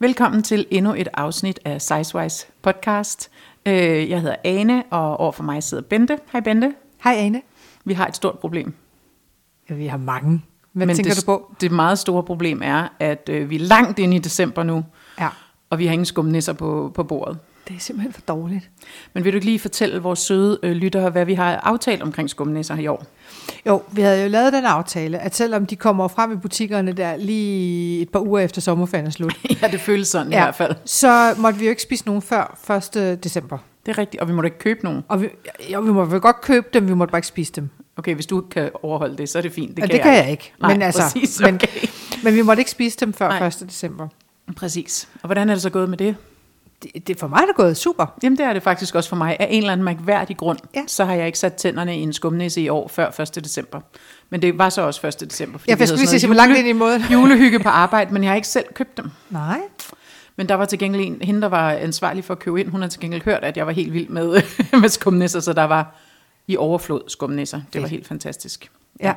Velkommen til endnu et afsnit af Sizewise podcast. Øh, Jeg hedder Ane, og overfor mig sidder Bente. Hej Bente. Hej Ane. Vi har et stort problem. Ja, vi har mange. Hvad Men Men tænker det, du på? Det meget store problem er, at øh, vi er langt inde i december nu, Ja. og vi har ingen skumnisser på, på bordet. Det er simpelthen for dårligt. Men vil du ikke lige fortælle vores søde øh, lyttere, hvad vi har aftalt omkring skumnisser i år? Jo, vi havde jo lavet den aftale, at selvom de kommer frem i butikkerne der lige et par uger efter sommerferien er slut, ja, det føles sådan ja. i hvert fald. så måtte vi jo ikke spise nogen før 1. december. Det er rigtigt, og vi må da ikke købe nogen. Og vi, jo, vi må vel godt købe dem, vi måtte bare ikke spise dem. Okay, hvis du ikke kan overholde det, så er det fint. Det kan, Det kan, det kan jeg. jeg ikke. Nej, men, altså, præcis, okay. men, men vi måtte ikke spise dem før Nej. 1. december. Men... Præcis. Og hvordan er det så gået med det? Det, det for mig er det gået super. Jamen, det er det faktisk også for mig. Af en eller anden mærkværdig grund, ja. Ja. så har jeg ikke sat tænderne i en skumnisse i år før 1. december. Men det var så også 1. december, fordi Jeg vi skal lige havde se, sådan hvor langt ind i måden. noget jule, julehygge på arbejde, men jeg har ikke selv købt dem. Nej. Men der var til gengæld en, hende, der var ansvarlig for at købe ind, hun havde til gengæld hørt, at jeg var helt vild med, med skumnisser, så der var i overflod skumnisser. Det var Fedt. helt fantastisk. Ja.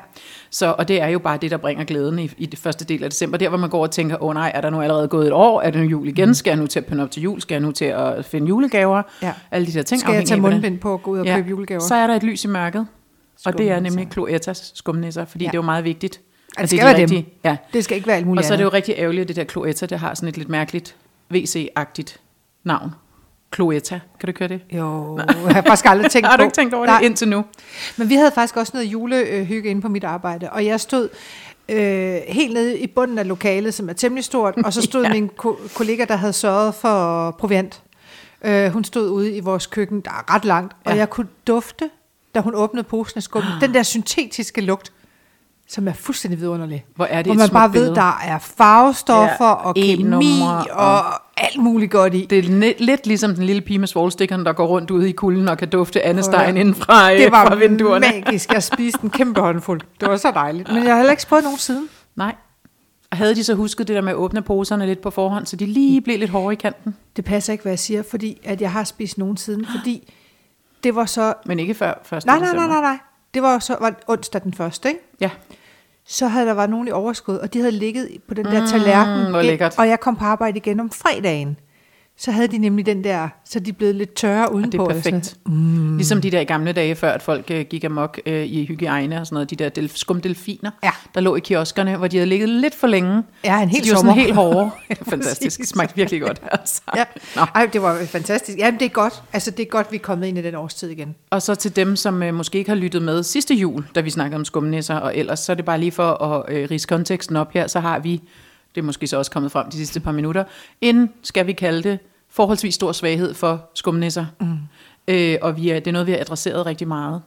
Så, og det er jo bare det, der bringer glæden i, i det første del af december. Der, hvor man går og tænker, åh oh, nej, er der nu allerede gået et år? Er det nu jul Mm. igen? Skal jeg nu til at pynte op til jul? Skal jeg nu til at finde julegaver? Ja. Alle de der ting. Skal jeg afhængig tage af, hvordan- mundbind på og gå ud og ja. købe julegaver? Så er der et lys i mørket. Og det er Skumnisser. nemlig Cloetas skumnisser, fordi ja. Ja. det er jo meget vigtigt. det at skal de være dem. rigtige- Ja. Det skal ikke være alt muligt Og så er det andet. jo rigtig ærgerligt, at det der Cloetta, det har sådan et lidt mærkeligt WC-agtigt navn. Cloetta. Kan du køre det? Jo, jeg har faktisk aldrig tænkt har du på. ikke tænkt over Nej. det indtil nu? Men vi havde faktisk også noget julehygge inde på mit arbejde, og jeg stod øh, helt nede i bunden af lokalet, som er temmelig stort, og så stod Ja. ja. min ko- kollega, der havde sørget for proviant. Øh, hun stod ude i vores køkken, der er ret langt, ja. Ja. og jeg kunne dufte, da hun åbnede posen af skum, den der syntetiske lugt, som er fuldstændig vidunderlig. Hvor er det Hvor et man smukt bare ved, billede. der er farvestoffer Ja, ja, og kemi E-numre og- og, og alt muligt godt i. Det er net, lidt ligesom den lille pige med svoglstikkeren, der går rundt ude i kulden og kan dufte andestegen Prøv at høre. inden fra, Det fra var vinduerne. magisk. Jeg spiste en kæmpe håndfuld. Det var så dejligt. Men jeg har heller ikke prøvet nogen siden. Nej. Og havde de så husket det der med at åbne poserne lidt på forhånd, så de lige blev lidt hårde i kanten, Det passer ikke, hvad jeg siger, fordi at jeg har spist nogen siden, fordi det var så... men ikke før 1. Nej, nej, december. nej, nej, nej. Det var jo så var det onsdag den første, ikke? Ja, Så havde der været nogen i overskud, og de havde ligget på den der tallerken. Mm, hvor lækkert. Og jeg kom på arbejde igen om fredagen. Så havde de nemlig den der, så de blev lidt tørre udenpå. og Ah, det er og sådan perfekt. Mm. Ligesom de der i gamle dage, før at folk øh, gik amok øh, i hygiejne og sådan noget, de der delf- skumdelfiner, Ja. der lå i kioskerne, hvor de havde ligget lidt for længe. Ja, en hel så de var sådan sommer. helt hårde. Det er fantastisk. Præcis. Det smagte virkelig godt. Altså. Ja. Nå. Ej, det var fantastisk. Jamen, det er godt. Altså, det er godt, vi er kommet ind i den årstid igen. Og så til dem, som øh, måske ikke har lyttet med sidste jul, da vi snakkede om skumnisser, og ellers så er det bare lige for at øh, rise konteksten op her, så har vi, det er måske så også kommet frem de sidste par minutter, en, skal vi kalde det, forholdsvis stor svaghed for skumnisser. Mm. Øh, og vi er, det er noget, vi har adresseret rigtig meget.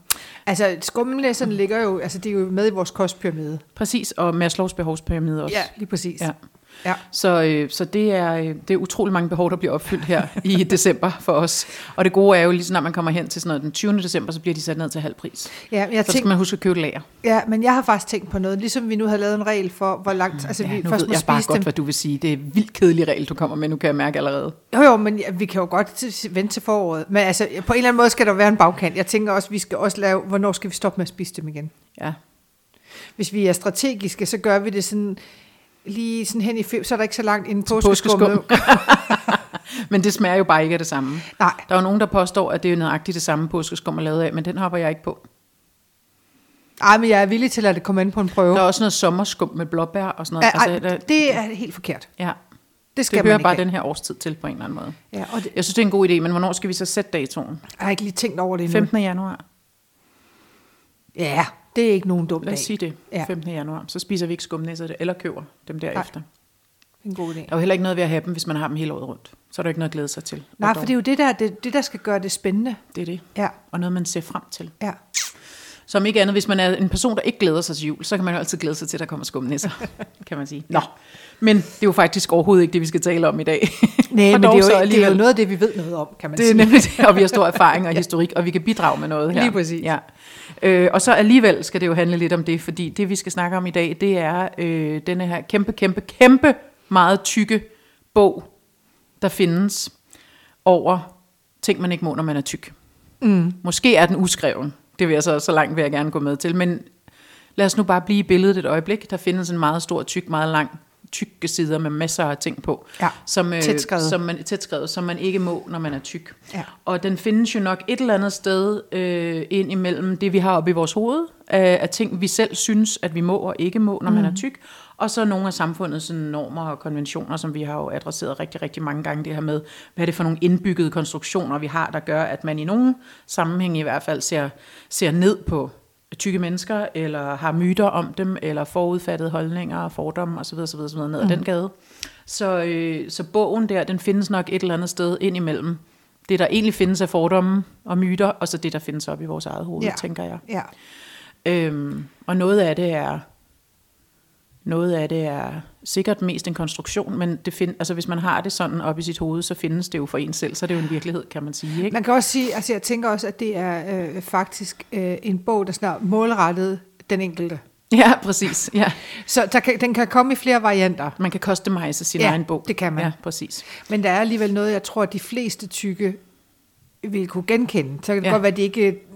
Altså, Mm. skummelæsserne ligger jo, altså det er jo med i vores kostpyramide. Præcis, og Maslows behovspyramide også. lige præcis. Ja. Ja. ja. Så, øh, så det, er, øh, det er utrolig mange behov, der bliver opfyldt her i december for os. Og det gode er jo, lige så når man kommer hen til sådan noget den 20. december, så bliver de sat ned til halv pris. Ja, men jeg Så skal tænk, man huske at købe et lager. ja, men jeg har faktisk tænkt på noget, ligesom vi nu har lavet en regel for, hvor langt, altså Mm. Ja, vi nu først ved må jeg bare spise godt, dem. hvad du vil sige. Det er vildt kedelig regel, du kommer med. Nu kan jeg mærke allerede. Jo, jo, men ja, vi kan jo godt til- vente til foråret. Men altså, på en eller anden måde skal der være en bagkant. Jeg tænker også, vi skal også lave, hvornår skal vi stoppe med at spise dem igen? Ja. Hvis vi er strategiske, så gør vi det sådan lige sådan hen i feb, så er der ikke så langt inden Påskeskum. påskeskummet. men det smager jo bare ikke af det samme. Nej, Der er jo nogen, der påstår, at det er nøjagtigt det samme påskeskum er lavet af, men den hopper jeg ikke på. Ej, men jeg er villig til at lade det komme an på en prøve. Der er også noget sommerskum med blåbær og sådan noget. Ej, ej, der, det er helt forkert. ja. Det altså, det skal hører man ikke. bare have. den her årstid til på en eller anden måde. Ja, og det, Jeg synes, det er en god idé, men hvornår skal vi så sætte datoen? jeg har ikke lige tænkt over det endnu. 15. januar. Ja, det er ikke nogen dum Lad dag. os sige det. Ja. 15. januar. Så spiser vi ikke skumnæsser det, eller køber dem derefter. Nej. En god dag. Der er jo heller ikke noget ved at have dem, hvis man har dem hele året rundt. Så er der ikke noget at glæde sig til. Nej, Og for dog, det er jo det der, det, det der skal gøre det spændende. det er det. Ja, Og noget, man ser frem til. ja. Som ikke andet, hvis man er en person, der ikke glæder sig til jul, så kan man jo altid glæde sig til, at der kommer skumnisser, kan man sige. Nå, men det er jo faktisk overhovedet ikke det, vi skal tale om i dag. Nej, Og men det dog er, så jo, det er alligevel. jo noget af det, vi ved noget om, kan man Det er sige. nemlig det, og vi har stor erfaring og historik, og vi kan bidrage med noget her. Lige præcis. Ja. Øh, og så alligevel skal det jo handle lidt om det, fordi det, vi skal snakke om i dag, det er øh, denne her kæmpe, kæmpe, kæmpe, meget tykke bog, der findes over ting, man ikke må, når man er tyk. Mm. Måske er den uskreven. Det vil jeg så, så langt vil jeg gerne gå med til. Men lad os nu bare blive i billedet et øjeblik. Der findes en meget stor, tyk, meget lang tykke sider med masser af ting på, Ja, som, øh, tætskrevet. som man, tætskrevet, som man ikke må, når man er tyk. Ja. Og den findes jo nok et eller andet sted øh, ind imellem det, vi har oppe i vores hoved, af, af ting, vi selv synes, at vi må og ikke må, når mm. man er tyk, og så nogle af samfundets sådan, normer og konventioner, som vi har jo adresseret rigtig, rigtig mange gange, det her med, hvad er det for nogle indbyggede konstruktioner, vi har, der gør, at man i nogen sammenhæng i hvert fald ser, ser ned på tykke mennesker, eller har myter om dem, eller forudfattede holdninger og fordomme osv. osv., osv. ned ad mm. den gade. Så, øh, så bogen der, den findes nok et eller andet sted ind imellem det, der egentlig findes af fordomme og myter, og så det, der findes op i vores eget hoved, Ja. ja. tænker jeg. Ja. Øhm, og noget af det er noget af det er sikkert mest en konstruktion, men det find, altså hvis man har det sådan op i sit hoved, så findes det jo for en selv, så er det jo en virkelighed, kan man sige. Ikke? Man kan også sige, altså jeg tænker også, at det er øh, faktisk øh, en bog, der snart målrettet den enkelte. Ja, præcis. Ja. Så der kan, den kan komme i flere varianter. Man kan customize sin Ja, egen bog. det kan man. Ja, præcis. Men der er alligevel noget, jeg tror, at de fleste tykke vil kunne genkende. Så kan det ja. Ja. godt være, at de ikke...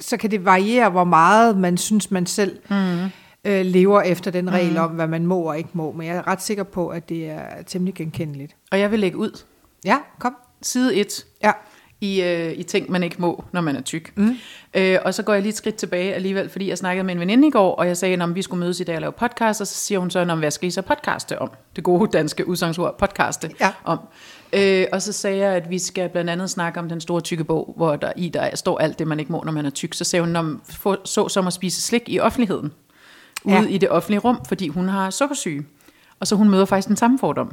Så kan det variere, hvor meget man synes, man selv mm. øh, lever efter den regel mm. om, hvad man må og ikke må. Men jeg er ret sikker på, at det er temmelig genkendeligt. Og jeg vil lægge ud Ja, kom. side 1 Ja. i, øh, i ting, man ikke må, når man er tyk. Mm. Øh, og så går jeg lige et skridt tilbage alligevel, fordi jeg snakkede med en veninde i går, og jeg sagde, at vi skulle mødes i dag og lave podcast, og så siger hun så, "Nå, men hvad skal I så podcaste om? Det gode danske udsagnsord, podcaste Ja. om. Øh, og så sagde jeg, at vi skal blandt andet snakke om den store tykke bog, hvor der i der står alt det, man ikke må, når man er tyk. Så sagde hun, om så som at spise slik i offentligheden, ude Ja. ja. i det offentlige rum, fordi hun har sukkersyge. Og så hun møder faktisk den samme fordom.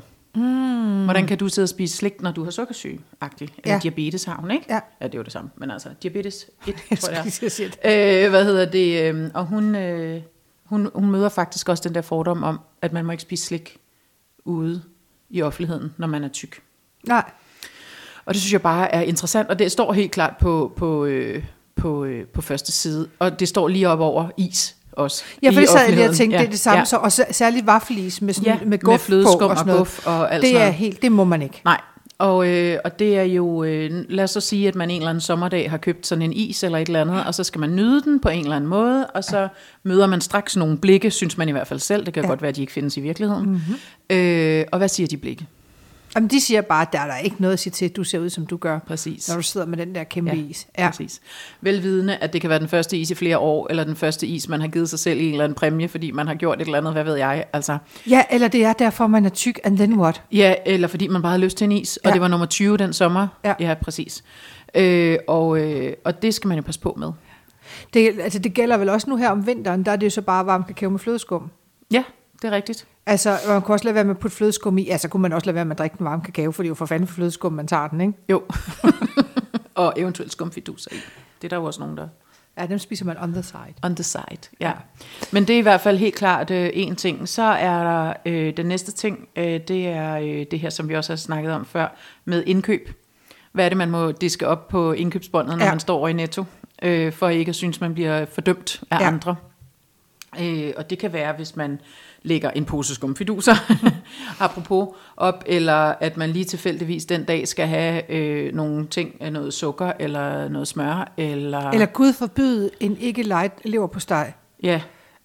Hvordan kan du sidde og spise slik, når du har sukkersyge? Agtig. Eller Hmm. Ja. ja. diabetes har hun, ikke? Ja. ja, det er jo det samme. Men altså, diabetes 1, Jeg tror skulle jeg. lige til at sige det. Øh, hvad hedder det? øhm, Og hun, øh, hun, hun møder faktisk også den der fordom om, at man må ikke spise slik ude i offentligheden, når man er tyk. Nej. Og det synes jeg bare er interessant, og det står helt klart på, på, øh, på, øh, på første side. Og det står lige op over is også. Ja, for i det sad jeg lige og offentligheden. tænkte, ja. det er det samme. Ja. ja. Så, og sær- særligt vaffelis med, sådan, Ja, med med guf flødeskum på og og sådan noget. guf og alt sådan det er noget. helt, det må man ikke. Nej, og, øh, og det er jo, øh, lad os så sige, at man en eller anden sommerdag har købt sådan en is eller et eller andet, og så skal man nyde den på en eller anden måde, og så møder man straks nogle blikke, synes man i hvert fald selv. Det kan Ja. ja. Mhm. godt være, at de ikke findes i virkeligheden. Mm-hmm. Øh, og hvad siger de blikke? Jamen, de siger bare, at der er der ikke noget at sige til, at du ser ud, som du gør, Præcis. når du sidder med den der kæmpe Ja, is. Ja. Præcis. Velvidende, at det kan være den første is i flere år, eller den første is, man har givet sig selv i en eller anden præmie, fordi man har gjort et eller andet, hvad ved jeg. Altså, Ja, eller det er derfor, man er tyk, and then what? Ja, eller fordi man bare havde lyst til en is, og Ja. ja. det var nummer 20 den sommer. Ja. ja præcis. Øh, og, øh, og det skal man jo passe på med. Det, altså, det gælder vel også nu her om vinteren, der er det jo så bare varm kakao med flødeskum. Ja, det er rigtigt. Altså, og man kunne også lade være med at putte flødeskum i. Altså, kunne man også lade være med at drikke den varme kakao, for det er jo for fanden for flødeskum, man tager den, ikke? Jo. og eventuelt skumfiduser i. Det er der jo også nogen, der Ja, dem spiser man on the side. on the side. Ja. Men det er i hvert fald helt klart øh, en ting. Så er der øh, den næste ting, øh, det er øh, det her, som vi også har snakket om før, med indkøb. Hvad er det, man må diske op på indkøbsbåndet, når Ja. ja. man står over i netto, øh, for ikke at synes, man bliver fordømt af Ja. ja. andre? Øh, og det kan være, hvis man lægger en pose skumfiduser, apropos, op, eller at man lige tilfældigvis den dag skal have øh, nogle ting, øh, noget sukker eller noget smør, eller, Eller Gud forbyde en ikke light lever på steg. ja,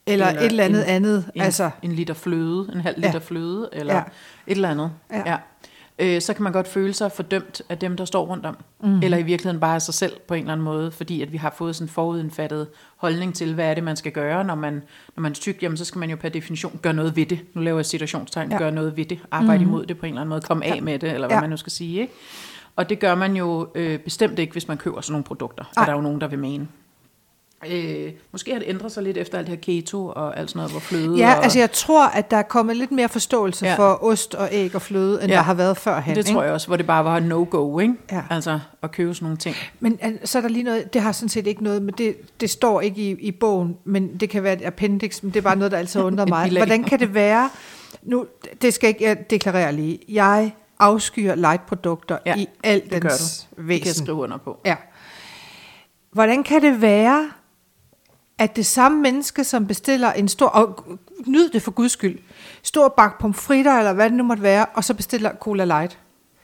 Eller, eller Eller et eller andet en- andet. en, altså, altså, en liter fløde, en halv Ja. liter ja. fløde, eller Ja. ja. et eller andet. Ja. Øh, så kan man godt føle sig fordømt af dem, der står rundt om. Mhm. Mm. Eller i virkeligheden bare af sig selv på en eller anden måde, fordi at vi har fået sådan en forudindfattet holdning til, hvad er det, man skal gøre, når man, når man er tyk, jamen så skal man jo per definition gøre noget ved det. Nu laver jeg citationstegn, Ja. Mhm. ja. gøre noget ved det, arbejde mm. imod det på en eller anden måde, komme af med det, eller hvad Ja. ja. man nu skal sige. Ikke? Og det gør man jo øh, bestemt ikke, hvis man køber sådan nogle produkter. Ej. Og der er jo nogen, der vil mene. Øh, måske har det ændret sig lidt efter alt det her keto og alt sådan noget, hvor fløde ja, og, altså jeg tror, at der er kommet lidt mere forståelse ja. Ja. for ost og æg og fløde, end ja. Ja. der har været førhen. Det ikke? tror jeg også, hvor det bare var no-go, ikke? Ja. Altså at købe sådan nogle ting. Men øh, så er der lige noget, det har sådan set ikke noget, men det, det står ikke i, i bogen, men det kan være et appendix, men det er bare noget, der altid undrer Et mig. bilag. Hvordan kan det være, nu, det skal ikke, jeg deklarerer lige, jeg afskyer lightprodukter ja, Ja, i al Det gør dens du. Det kan jeg væsen. skrive under på. ja. Hvordan kan det være, at det samme menneske, som bestiller en stor, og nyd det for guds skyld, stor bakke pomfritter, eller hvad det nu måtte være, og så bestiller Cola Light?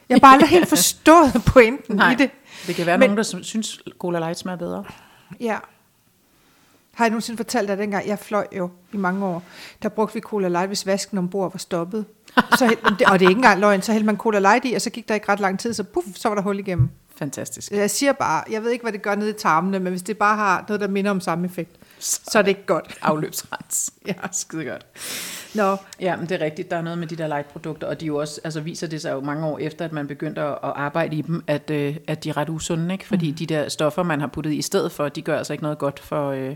Jeg har bare aldrig helt forstået pointen i det. det kan være Men- Men... nogen, der sy- synes, Cola Light smager bedre. Ja. Har jeg nogensinde fortalt dig dengang, jeg fløj jo i mange år, der brugte vi Cola Light, hvis vasken ombord var stoppet. Så, hæld- og det er ikke engang løgn, så hældte man Cola Light i, og så gik der ikke ret lang tid, så puff, så var der hul igennem. Fantastisk. Jeg siger bare, jeg ved ikke, hvad det gør nede i tarmene, men hvis det bare har noget, der minder om samme effekt, så er det ikke godt. Afløbsrens. ja, skide godt. Nå, Ja, men det er rigtigt. Der er noget med de der light-produkter, og de er jo også, altså viser det sig jo mange år efter, at man begyndte at at arbejde i dem, at, øh, at de er ret usunde, ikke? Fordi mm. de der stoffer, man har puttet i stedet for, de gør altså ikke noget godt for, øh,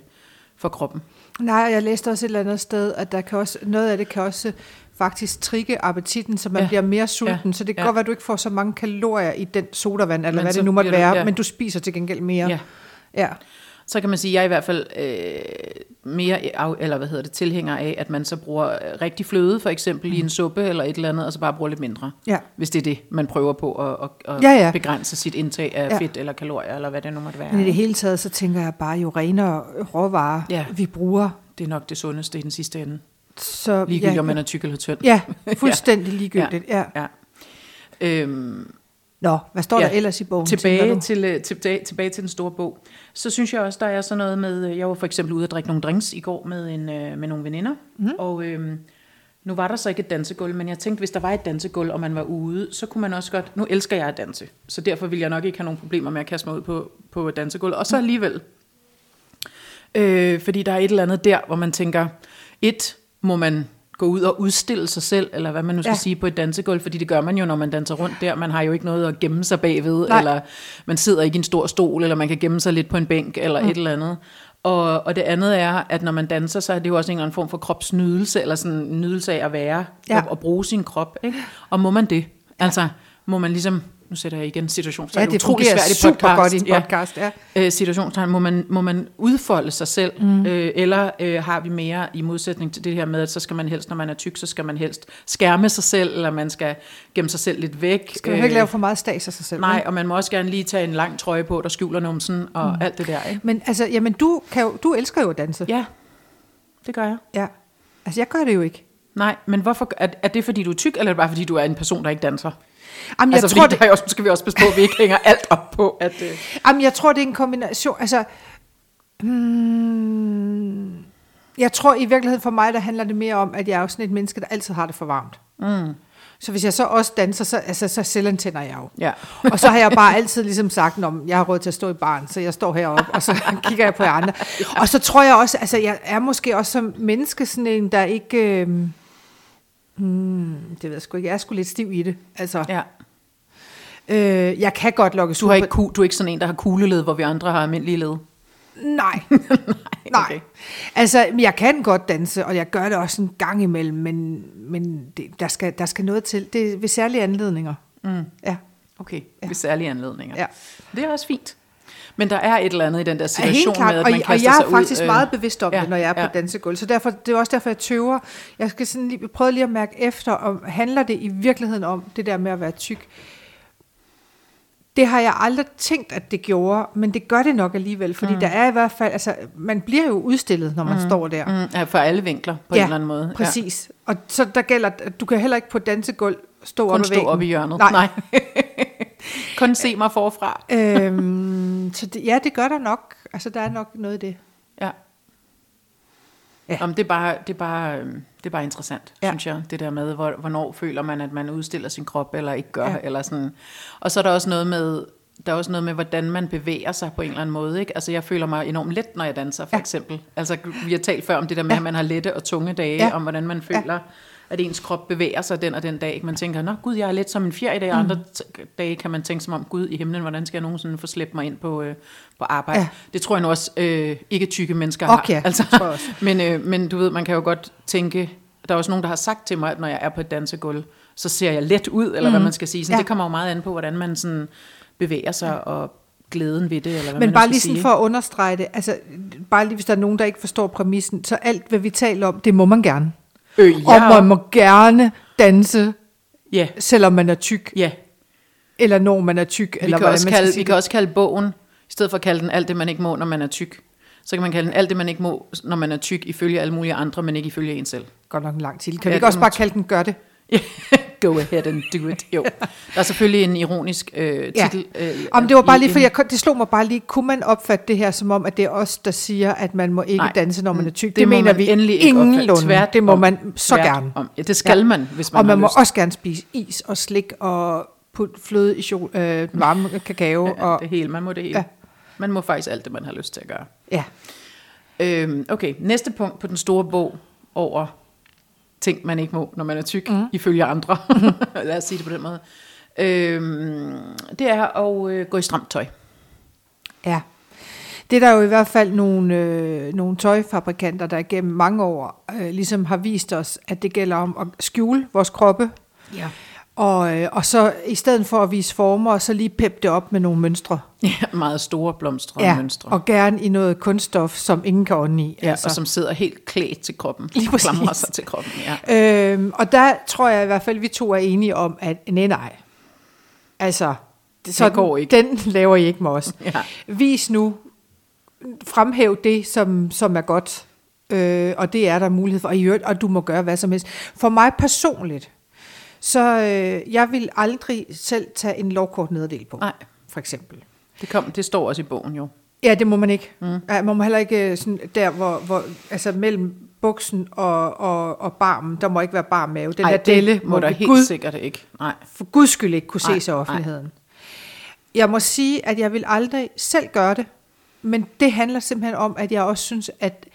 for kroppen. Nej, og jeg læste også et eller andet sted, at der kan også, noget af det kan også faktisk trigge appetitten, så man Ja. ja. bliver mere sulten. Ja. Ja. Så det kan Ja. ja. godt være, at du ikke får så mange kalorier i den sodavand, eller Men men hvad så det nu måtte bliver være, du- ja. ja. men du spiser til gengæld mere. Ja. ja. Så kan man sige, at jeg er i hvert fald øh, mere af, eller hvad hedder det, tilhænger af, at man så bruger øh, rigtig fløde, for eksempel mm. Mhm. i en suppe eller et eller andet, og så bare bruger lidt mindre. Ja. Hvis det er det, man prøver på at, at, at Ja, ja. begrænse sit indtag af ja. Ja. fedt eller kalorier, eller hvad det nu måtte være. Men i ikke? det hele taget, så tænker jeg bare, jo renere råvarer Ja. ja. vi bruger, Det er nok det sundeste i den sidste ende. så Ligegyldigt, ja, om man er tyk eller tynd. ja, fuldstændig ligegyldigt. Ja. Ja. Ja. Øhm, Nå, hvad står ja. Ja. der ellers i bogen? tænker tilbage, du? til, øh, tilbage, tilbage til den store bog. Så synes jeg også, der er sådan noget med, øh, jeg var for eksempel ude at drikke nogle drinks i går med, en, øh, med nogle veninder, Mhm. mm. og øhm, nu var der så ikke et dansegulv, men jeg tænkte, hvis der var et dansegulv, og man var ude, så kunne man også godt, nu elsker jeg at danse, så derfor vil jeg nok ikke have nogen problemer med at kaste mig ud på, på dansegulv, og så Mhm. alligevel, Øh, fordi der er et eller andet der, hvor man tænker, et, må man gå ud og udstille sig selv, eller hvad man nu skal ja. Ja. sige, på et dansegulv, fordi det gør man jo, når man danser rundt der. Man har jo ikke noget at gemme sig bagved, Nej. Nej. eller man sidder ikke i en stor stol, eller man kan gemme sig lidt på en bænk, eller mm. et eller andet. Og, og det andet er, at når man danser, så er det jo også en eller anden form for kropsnydelse, eller sådan en nydelse af at være, Ja. ja. og, og bruge sin krop. Ikke? Og må man det? Ja. Altså, må man ligesom, nu sætter jeg igen situation, så Ja, er det, det utrolig fungerer svært i super podcast. godt i en podcast, ja. Øh, situationstegn, må man, må man udfolde sig selv, mm. øh, eller øh, har vi mere i modsætning til det her med, at så skal man helst, når man er tyk, så skal man helst skærme sig selv, eller man skal gemme sig selv lidt væk. Skal man jo ikke lave for meget stas af sig selv? Øh. Nej, og man må også gerne lige tage en lang trøje på, der skjuler numsen og mm. alt det der, ikke? Men altså, jamen, du, kan jo, du elsker jo at danse. Ja, det gør jeg. ja. Altså, jeg gør det jo ikke. Nej, men hvorfor, er, er det fordi du er tyk, eller er det bare fordi du er en person, der ikke danser? Jamen, altså, fordi det... der er jo også, skal vi også passe på, at vi ikke hænger alt op på, at... Øh... Jamen, jeg tror, det er en kombination. Altså, hmm, jeg tror i virkeligheden for mig, der handler det mere om, at jeg er jo sådan et menneske, der altid har det for varmt. Mm. Så hvis jeg så også danser, så, altså, så selvantænder jeg jo. Ja. og så har jeg bare altid ligesom sagt, om jeg har råd til at stå i barn, så jeg står heroppe, og så kigger jeg på jer andre. Og så tror jeg også, altså jeg er måske også som menneske sådan en, der ikke... Øh, hmm, det ved jeg sgu ikke. Jeg er sgu lidt stiv i det. Altså, ja. ja. øh, jeg kan godt lokkes Du, ud har på- ikke, ku- du er ikke sådan en, der har kugleled, hvor vi andre har almindelige led. Nej. Nej. okay. Okay. Altså, men jeg kan godt danse, og jeg gør det også en gang imellem, men, men det, der, skal, der skal noget til. Det er ved særlige anledninger. Mm. Ja. Okay, ja. ved særlige anledninger. Ja. Det er også fint. Men der er et eller andet i den der Ja, situation helt klart, med, at og, man og kaster jeg sig er faktisk ud, ud, øh, meget bevidst om ja, ja, det, når jeg er på ja. ja. dansegulv. Så derfor, det er også derfor, jeg tøver. Jeg skal sådan lige, prøve lige at mærke efter, om handler det i virkeligheden om det der med at være tyk? Det har jeg aldrig tænkt, at det gjorde, men det gør det nok alligevel, fordi mm. der er i hvert fald, altså, man bliver jo udstillet, når man mm. står der. Mm, ja, for alle vinkler på en eller anden måde. præcis. Og så der gælder, at du kan heller ikke på dansegulv stå Ja. op Kun ad stå væggen. op i hjørnet. Nej. Nej. Kun se mig forfra. øhm, så det, ja, det gør der nok. Altså, der er nok noget i det. Ja. Ja. Om det, er bare, det, er bare, øhm, det er bare interessant, ja. Ja. synes jeg, det der med, hvor, hvornår føler man, at man udstiller sin krop, eller ikke gør, ja. Ja. eller sådan. Og så er der også noget med, der er også noget med, hvordan man bevæger sig på en eller anden måde. Ikke? Altså, jeg føler mig enormt let, når jeg danser, for ja. Ja. eksempel. Altså, vi har talt før om det der med, ja. at man har lette og tunge dage, ja. Ja. om hvordan man føler, ja. at ens krop bevæger sig den og den dag. Ikke? Man tænker, nå gud, jeg er let som en fjer i dag, og andre t- dage kan man tænke som om, gud i himlen, hvordan skal jeg nogensinde få slæbt mig ind på, øh, på arbejde? Ja. Ja. Det tror jeg nu også, øh, ikke tykke mennesker Og har. ja, altså, det tror jeg også. men, øh, men du ved, man kan jo godt tænke, der er også nogen, der har sagt til mig, at når jeg er på et dansegulv, så ser jeg let ud, eller mm. hvad man skal sige. Sådan, ja. Ja. Det kommer jo meget an på, hvordan man sådan bevæger sig, ja. og glæden ved det, eller hvad Men man bare nu lige skal sådan sige. for at understrege det, altså, bare lige hvis der er nogen, der ikke forstår præmissen, så alt, hvad vi taler om, det må man gerne. Øh, Ja. Og ja. man må gerne danse, ja, selvom man er tyk, ja. eller når man er tyk, Vi, eller kan hvordan også, man kalde, skal vi sige kan også kalde bogen, i stedet for at kalde den alt det, man ikke må, når man er tyk, så kan man kalde den alt det, man ikke må, når man er tyk, ifølge alle mulige andre, men ikke ifølge en selv. det. Godt nok en lang titel. Kan Ja, vi det ikke også må bare man- kalde den Gør det? Ja, Go ahead and do it. Jo, der er selvfølgelig en ironisk øh, Ja. titel. Ja. Øh, Om det var bare lige, i- fordi jeg, det slog mig bare lige, kunne man opfatte det her som om, at det er os, der siger, at man må Nej. ikke Mm. Nej. danse, når man er tyk? Det må man endelig ikke opfatte. Tvært det må om. man så Tvært gerne. Om. Ja, det skal ja. man, hvis man og har man må lyst. også gerne spise is og slik og putte fløde i chol- øh, varme kakao. Ja, og... og, det hele. Man må det hele. Ja. Ja. Man må faktisk alt det, man har lyst til at gøre. ja. Øhm, okay, næste punkt på den store bog over ting, man ikke må, når man er tyk, mm. ifølge andre. Lad os sige det på den måde. Øhm, det er at øh, gå i stramt tøj. Ja. Det er der jo i hvert fald nogle, øh, nogle tøjfabrikanter, der igennem mange år øh, ligesom har vist os, at det gælder om at skjule vores kroppe. Ja. Og, øh, og så i stedet for at vise former, så lige pep det op med nogle mønstre. ja meget store blomstre og mønstre. og gerne i noget kunststof, som ingen kan ånde i. Ja, altså. og som sidder helt klædt til kroppen. Lige og Klamrer præcis. sig til kroppen, ja. Øhm, og der tror jeg i hvert fald, at vi to er enige om, at nej, nej. Altså, det, sådan, går ikke. den laver I ikke med os. Ja. Vis nu, fremhæv det, som, som er godt. Øh, og det er der mulighed for. Og, i øvrigt, og du må gøre hvad som helst. For mig personligt, så øh, jeg vil aldrig selv tage en lovkort nederdel på. Nej. For eksempel. Det, kom, det står også i bogen jo. Ja, det må man ikke. Mm. Ja, man må heller ikke øh, sådan, der, hvor, hvor, altså mellem buksen og, og, og barmen, der må ikke være bar mave. Den Ej, der det delle må der vi helt Gud, sikkert ikke. Nej. for guds skyld ikke kunne Nej, ses af nej. offentligheden. Jeg må sige, at jeg vil aldrig selv gøre det, men det handler simpelthen om, at jeg også synes, at,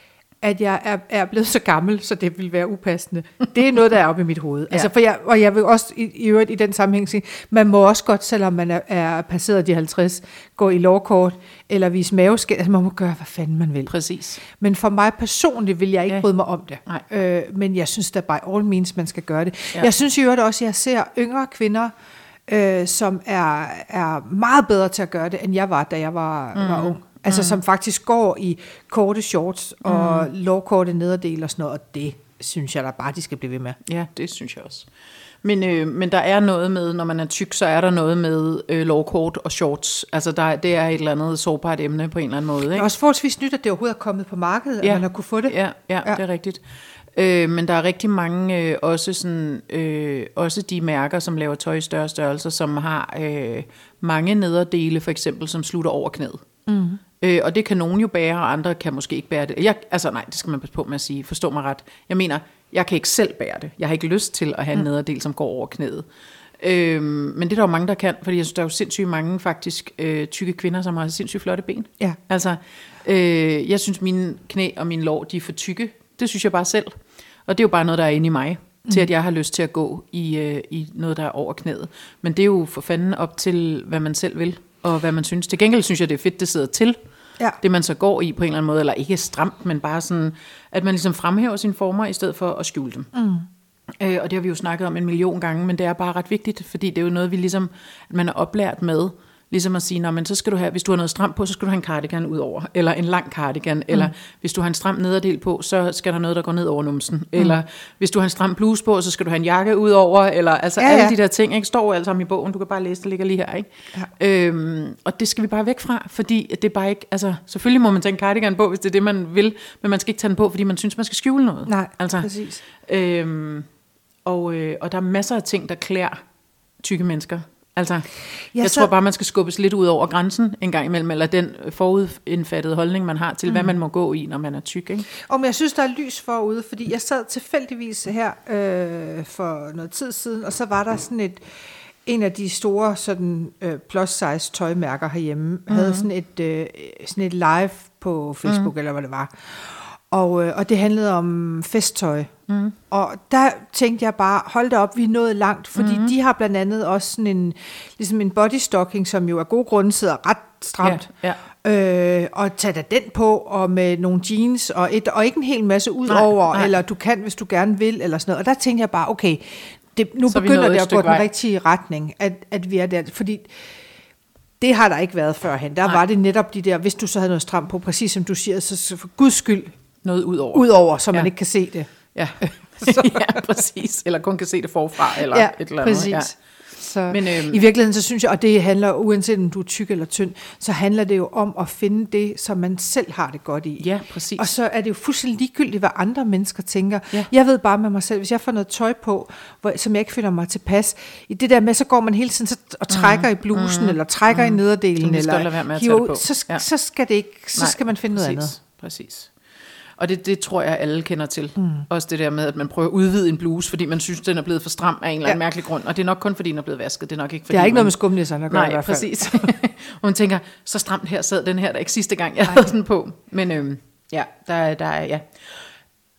at jeg er, er blevet så gammel, så det vil være upassende. Det er noget, der er oppe i mit hoved. Altså, Ja. for jeg, og jeg vil også i, i øvrigt i den sammenhæng sige, man må også godt, selvom man er, er passeret de 50, gå i lovkort eller vise maveskæld. Altså, man må gøre, hvad fanden man vil. Præcis. Men for mig personligt vil jeg ikke Ja. ja. bryde mig om det. Nej. Øh, men jeg synes da by all means, man skal gøre det. Ja. Ja. Jeg synes i øvrigt også, at jeg ser yngre kvinder, øh, som er, er meget bedre til at gøre det, end jeg var, da jeg var, mm. var ung. Altså mm. som faktisk går i korte shorts og mm. lovkorte nederdel og sådan noget, og det synes jeg da bare, de skal blive ved med. Ja, det synes jeg også. Men, øh, men der er noget med, når man er tyk, så er der noget med øh, lovkort og shorts. Altså, der, er- det er et eller andet sårbart emne på en eller anden måde. Det er Ikke? også forholdsvis nyt, at det overhovedet er kommet på markedet, ja. at man har kunne få det. Ja, ja, ja. Ja. det er rigtigt. Øh, men der er rigtig mange, øh, også, sådan, øh, også de mærker, som laver tøj i større størrelser, som har øh, mange nederdele, for eksempel, som slutter over knæet. Mm. Øh, og det kan nogen jo bære, og andre kan måske ikke bære det. Jeg, altså nej, det skal man passe på med at sige. Forstå mig ret. Jeg mener, jeg kan ikke selv bære det. Jeg har ikke lyst til at have en mm. nederdel, som går over knæet. Øhm, men det er der jo mange, der kan, fordi jeg synes, der er jo sindssygt mange faktisk øh, tykke kvinder, som har sindssygt flotte ben. Ja. Altså, øh, jeg synes, mine knæ og mine lår, de er for tykke. Det synes jeg bare selv. Og det er jo bare noget, der er inde i mig, mm. til at jeg har lyst til at gå i, øh, i noget, der er over knæet. Men det er jo for fanden op til, hvad man selv vil, og hvad man synes. Til gengæld synes jeg, det er fedt, det sidder til. Ja. Det man så går i på en eller anden måde, eller ikke stramt, men bare sådan, at man ligesom fremhæver sine former, i stedet for at skjule dem. Mm. Øh, og det har vi jo snakket om en million gange, men det er bare ret vigtigt, fordi det er jo noget, vi ligesom, at man er oplært med, ligesom at sige, "Nå, men så skal du have, hvis du har noget stramt på, så skal du have en cardigan ud over, eller en lang cardigan, mm. eller hvis du har en stram nederdel på, så skal der noget, der går ned over numsen, mm. eller hvis du har en stram bluse på, så skal du have en jakke ud over, eller altså ja, Ja, alle ja. de der ting, ikke? står jo alle sammen i bogen, du kan bare læse, det ligger lige her, ikke? Ja. Øhm, og det skal vi bare væk fra, fordi det er bare ikke, altså selvfølgelig må man tage en cardigan på, hvis det er det, man vil, men man skal ikke tage den på, fordi man synes, man skal skjule noget. Nej, altså, præcis. Øhm, og, øh, og der er masser af ting, der klæder tykke mennesker. Altså, jeg, jeg så- tror bare, man skal skubbes lidt ud over grænsen en gang imellem, eller den forudindfattede holdning, man har til, mm. hvad Mhm. man må gå i, når man er tyk. Ikke? Og men jeg synes, der er lys forude, fordi jeg sad tilfældigvis her øh, for noget tid siden, og så var der sådan et, en af de store sådan, øh, plus size tøjmærker herhjemme, mm-hmm. havde sådan et, øh, sådan et live på Facebook, mm-hmm. eller hvad det var. Og, øh, og det handlede om festtøj. Mm. Og der tænkte jeg bare, hold da op, vi er nået langt, fordi mm. de har blandt andet også sådan en, ligesom en bodystocking, som jo af gode grunde sidder ret stramt. Ja, Øh, og tag da den på, og med nogle jeans, og, et, og ikke en hel masse ud Nej, over, nej. eller du kan, hvis du gerne vil, eller sådan noget. Og der tænkte jeg bare, okay, det, nu Så er vi nået begynder et det at stykke gå den vej. rigtige retning, at, at vi er der. Fordi det har der ikke været førhen. Der Nej. Nej. var det netop de der, hvis du så havde noget stramt på, præcis som du siger, så, så for guds skyld, Noget ud over. ud over, så man Ja. ikke kan se det. Ja. ja, præcis. Eller kun kan se det forfra, eller ja, et eller andet. præcis. Ja. Altså, Men, Men, øhm, øhm, I virkeligheden, så synes jeg, og det handler, uanset om du er tyk eller tynd, så handler det jo om at finde det, som man selv har det godt i. Ja, præcis. Og så er det jo fuldstændig ligegyldigt, hvad andre mennesker tænker. Ja. Ja. Jeg ved bare med mig selv, hvis jeg får noget tøj på, hvor, som jeg ikke føler mig tilpas, i det der med, så går man hele tiden så, og trækker Mhm. mm, i blusen, mm, eller trækker mm, i Så nederdelen, vi Mhm. skal eller lade være med at tage det på. så, sk- Ja. så skal det ikke, så Nej, skal man finde præcis, noget andet. Præcis. Og det, det tror jeg, alle kender til. Mm. Også det der med, at man prøver at udvide en bluse, fordi man synes, den er blevet for stram af en eller anden Ja. mærkelig grund. Og det er nok kun, fordi den er blevet vasket. Det er nok ikke, fordi Det har ikke man- noget med skumnisserne at gøre i Nej, hvert fald. præcis. og man tænker, så stramt her sad den her, der ikke sidste gang, jeg havde den på. Men øhm, ja, der, er- der er, ja.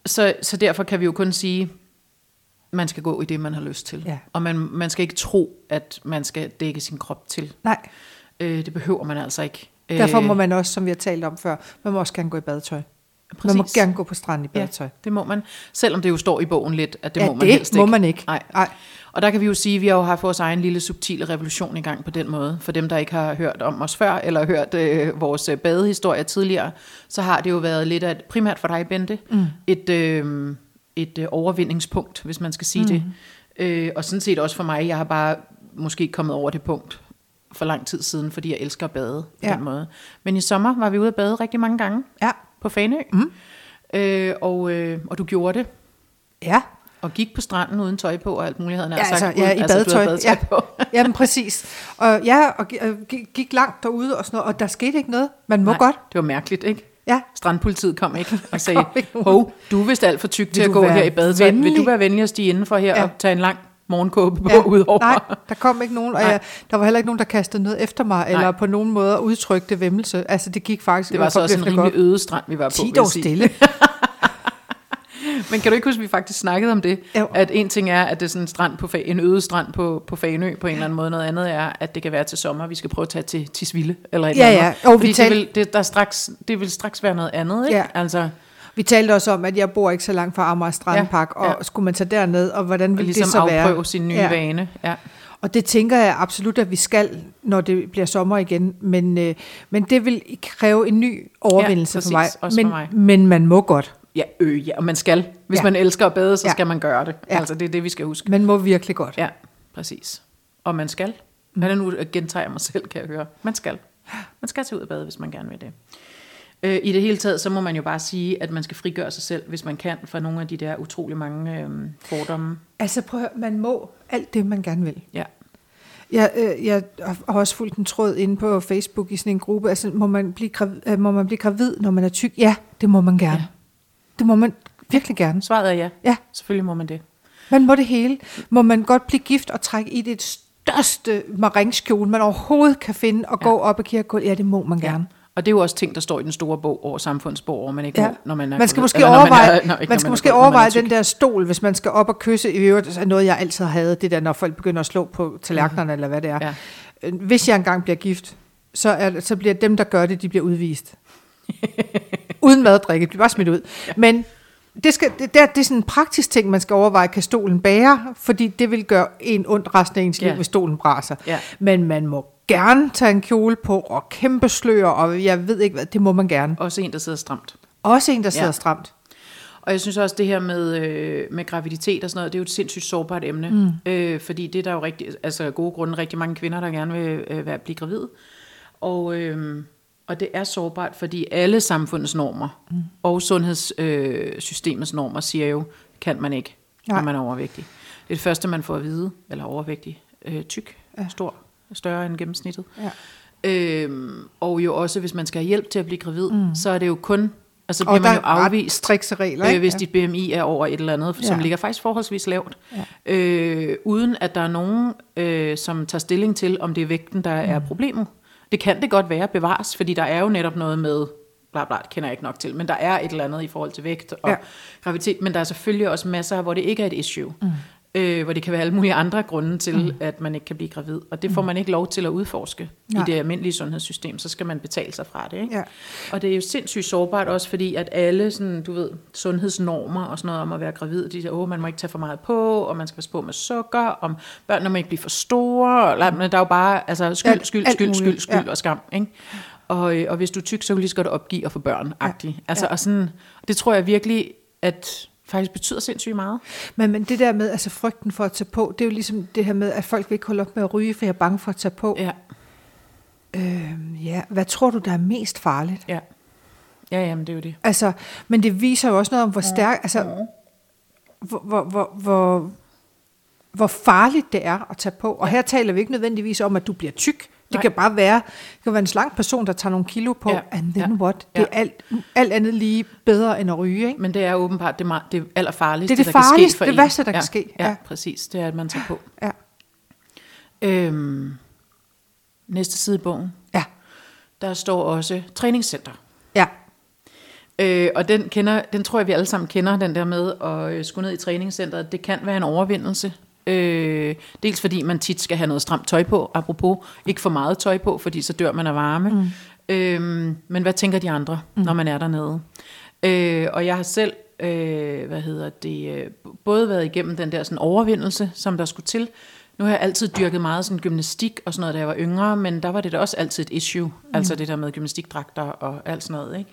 Så, så derfor kan vi jo kun sige, man skal gå i det, man har lyst til. Ja. Og man, man skal ikke tro, at man skal dække sin krop til. Nej. Øh, det behøver man altså ikke. Øh, Derfor må man også, som vi har talt om før, man må også gerne gå i badetøj. Præcis. Man må Øh, Præcis. gerne gå på stranden i Ja, badetøj. det må man. Selvom det jo står i bogen lidt, at det Ja, må man det helst må ikke. man ikke. Nej. Nej. Og der kan vi jo sige, at vi har jo haft vores egen lille subtile revolution i gang på den måde. For dem, der ikke har hørt om os før, eller hørt øh, vores øh, badehistorie tidligere, så har det jo været lidt af, et- primært for dig, Bente, mm. et, øh, et øh, overvindingspunkt, hvis man skal sige mm. det. Øh, og sådan set også for mig, jeg har bare måske kommet over det punkt for lang tid siden, fordi jeg elsker at bade på Ja. den måde. Men i sommer var vi ude at bade rigtig mange gange Ja. på Fanø. Mm. Øh, og, øh, og du gjorde det. Ja. Og gik på stranden uden tøj på og alt muligt, havde jeg Ja, nær altså, sagt, ja, uden- i altså, du badetøj. havde badetøj ja. på. Jamen præcis. Og, ja, og gi- og gi- gik langt derude og sådan noget, og der skete ikke noget. Man må Nej. godt. Det var mærkeligt, ikke? Ja. Strandpolitiet kom ikke og sagde, kom ikke nogen. hov, du er vist alt for tyk til at du gå være her i badetøj. Vil du venlig?" være venlig at stige indenfor her Ja. og tage en lang morgenkåbe på Ja. udover? Nej, der kom ikke nogen, og Nej. jeg, der var heller ikke nogen, der kastede noget efter mig, Nej. eller Nej. på nogen måde udtrykte vemmelse. Altså, det gik faktisk Det var så også en forbløffende rimelig øde strand, vi var på. godt. 10 vil jeg dog sige. stille. Men kan du ikke huske, at vi faktisk snakkede om det? Jo. At en ting er, at det er sådan en, strand på, Fa- en øde strand på, på Fanø på en eller anden måde. Noget andet er, at det kan være til sommer, vi skal prøve at tage til Tisvilde eller et Ja, eller ja. andet. Jo, vi Fordi det, talte- vil, det, der straks, det vil straks være noget andet, ikke? Ja. Altså, Vi talte også om, at jeg bor ikke så langt fra Amager Strandpark, Ja, ja, ja. ja. og skulle man tage derned, og hvordan og ville ligesom det så være? afprøve sin nye ja. vane. Ja. Og det tænker jeg absolut, at vi skal, når det bliver sommer igen. Men, øh, men det vil kræve en ny overvindelse Ja, ja, præcis. for, mig. Også for men, mig. men man må godt. Ja, øh, ja, og man skal. Hvis ja. Ja. man elsker at bade, så ja. Ja. skal man gøre det. Ja. Ja. Altså, det er det, vi skal huske. Man må virkelig godt. Ja, præcis. Og man skal. Mm. Men nu gentager jeg mig selv, kan jeg høre. Man skal. Man skal tage ud og bade, hvis man gerne vil det. Øh, I det hele taget, så må man jo bare sige, at man skal frigøre sig selv, hvis man kan, fra nogle af de der utrolig mange øh, fordomme. Altså prøv at høre, man må alt det, man gerne vil. Ja. Jeg, øh, jeg har også fulgt en tråd inde på Facebook i sådan en gruppe. Altså, må man blive gravid, øh, må man blive gravid når man er tyk? Ja, det må man gerne. Ja. Ja. Det må man virkelig gerne. Svaret er ja. Ja. Selvfølgelig må man det. Man må det hele. Må man godt blive gift og trække i det største maringskjole, man overhovedet kan finde, og ja. gå op ad kirkegulvet? Ja, det må man gerne. Ja. Og det er jo også ting, der står i den store bog over samfundsborg, man ikke Ja. må, når man er man skal gravid. måske Eller når overveje, er- man, når- er, ikke, når man skal er måske gravid, når man er overveje tyk. den der stol, hvis man skal op og kysse. I øvrigt er noget, jeg altid har hadet, det der, når folk begynder at slå på tallerkenerne, mm-hmm. eller hvad det er. Ja. Øh, Hvis jeg engang bliver gift, så, er, det- så bliver dem, der gør det, de bliver udvist. Uden mad og drikke, de bliver bare smidt ud. Ja. Men det, skal, det, der, det er sådan en praktisk ting, man skal overveje, kan stolen bære? Fordi det vil gøre en ondt resten af ens liv, Ja. ja. hvis stolen braser. Ja. Men man må gerne tage en kjole på, og kæmpe slør, og jeg ved ikke hvad, det må man gerne. Også en, der sidder stramt. Også en, der sidder Ja. ja. stramt. Og jeg synes også, det her med, øh, med graviditet og sådan noget, det er jo et sindssygt sårbart emne. Mm. Øh, fordi det er der jo rigtig, altså af gode grunde rigtig mange kvinder, der gerne vil øh, være, blive gravid. Og, øh, og det er sårbart, fordi alle samfundets normer mm. og sundhedssystemets øh, systemets normer siger jo, kan man ikke, Nej. når man er overvægtig. Det er det første, man får at vide, eller overvægtig, øh, tyk, ja. stor, større end gennemsnittet. Ja. Øhm, og jo også, hvis man skal have hjælp til at blive gravid, mm. så er det jo kun, altså Og bliver man der jo er ret afvist strikse regler, øh, ikke? hvis Ja. dit BMI er over et eller andet, som ja. Ja. ligger faktisk forholdsvis lavt, ja. øh, uden at der er nogen, øh, som tager stilling til, om det er vægten, der mm. er problemet. Det kan det godt være bevares, fordi der er jo netop noget med, bla bla, det kender jeg ikke nok til, men der er et eller andet i forhold til vægt og ja. Ja. graviditet, men der er selvfølgelig også masser, hvor det ikke er et issue. Mm. Øh, hvor det kan være alle mulige andre grunde til, mm. at man ikke kan blive gravid. Og det får man ikke lov til at udforske Nej. Nej. i det almindelige sundhedssystem, så skal man betale sig fra det. Ikke? Ja. Og det er jo sindssygt sårbart også, fordi at alle sådan, du ved, sundhedsnormer og sådan noget om at være gravid, de siger, åh, man må ikke tage for meget på, og man skal passe på med sukker, om børnene må ikke blive for store, eller, men der er jo bare altså, skyld, Alt- skyld, alt skyld, muligt, skyld, skyld ja. og skam. Ikke? Og, øh, og hvis du er tyk, så kan du lige så godt opgive at få børn. Ja. Altså, ja. Og sådan, det tror jeg virkelig, at faktisk betyder sindssygt meget. Men, men det der med altså frygten for at tage på, det er jo ligesom det her med, at folk vil ikke holde op med at ryge, for jeg er bange for at tage på. Ja, Øhm, ja. Hvad tror du, der er mest farligt? ja. Ja, jamen det er jo det. Altså, men det viser jo også noget om, hvor stærk, altså, hvor, hvor, hvor, hvor, hvor farligt det er at tage på. Og her taler vi ikke nødvendigvis om, at du bliver tyk. Det Nej. kan bare være, det kan være en slank person, der tager nogle kilo på, Ja, ja. and then ja, what? Det er ja. alt, alt andet lige bedre end at ryge, ikke? Men det er åbenbart det, er meget, det allerfarligste, Det er det der kan ske farligste, for det en. værste, der ja, kan ske. Ja, ja, Ja. præcis. Det er, at man tager på. Ja. Øhm, næste side i bogen, Ja. der står også træningscenter. Ja. Øh, og den, kender, den tror jeg, vi alle sammen kender, den der med at øh, skulle ned i træningscenteret. Det kan være en overvindelse. Øh, dels fordi man tit skal have noget stramt tøj på, apropos ikke for meget tøj på, fordi så dør man af varme. Mm. Øh, men hvad tænker de andre, mm. når man er dernede? Øh, og jeg har selv øh, hvad hedder det, øh, b- både været igennem den der sådan, overvindelse, som der skulle til. Nu har jeg altid dyrket meget sådan, gymnastik og sådan noget, da jeg var yngre, men der var det da også altid et issue. Mm. Altså det der med gymnastikdragter og alt sådan noget. Ikke?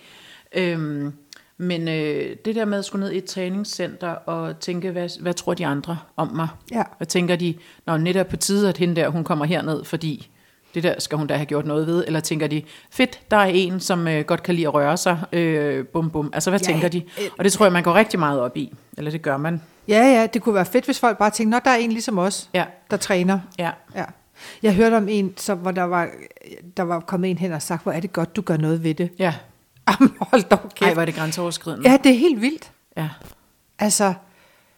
Øhm, men øh, det der med at skulle ned i et træningscenter og tænke, hvad, hvad tror de andre om mig? Ja. Hvad tænker de, når netop på tide, at hende der, hun kommer herned, fordi det der skal hun da have gjort noget ved? Eller tænker de, fedt, der er en, som øh, godt kan lide at røre sig, øh, bum bum. Altså, hvad Ja, ja, tænker de? øh. Og det tror jeg, man går rigtig meget op i. Eller det gør man. Ja, ja, det kunne være fedt, hvis folk bare tænkte, nå, der er en ligesom os, Ja, der træner. ja, Ja. Jeg hørte om en, som, hvor der var, der var kommet en hen og sagt, hvor er det godt, du gør noget ved det. ja. Jamen, hold da kæft. Ej, hvor er det grænseoverskridende. Ja, det er helt vildt. ja. Altså,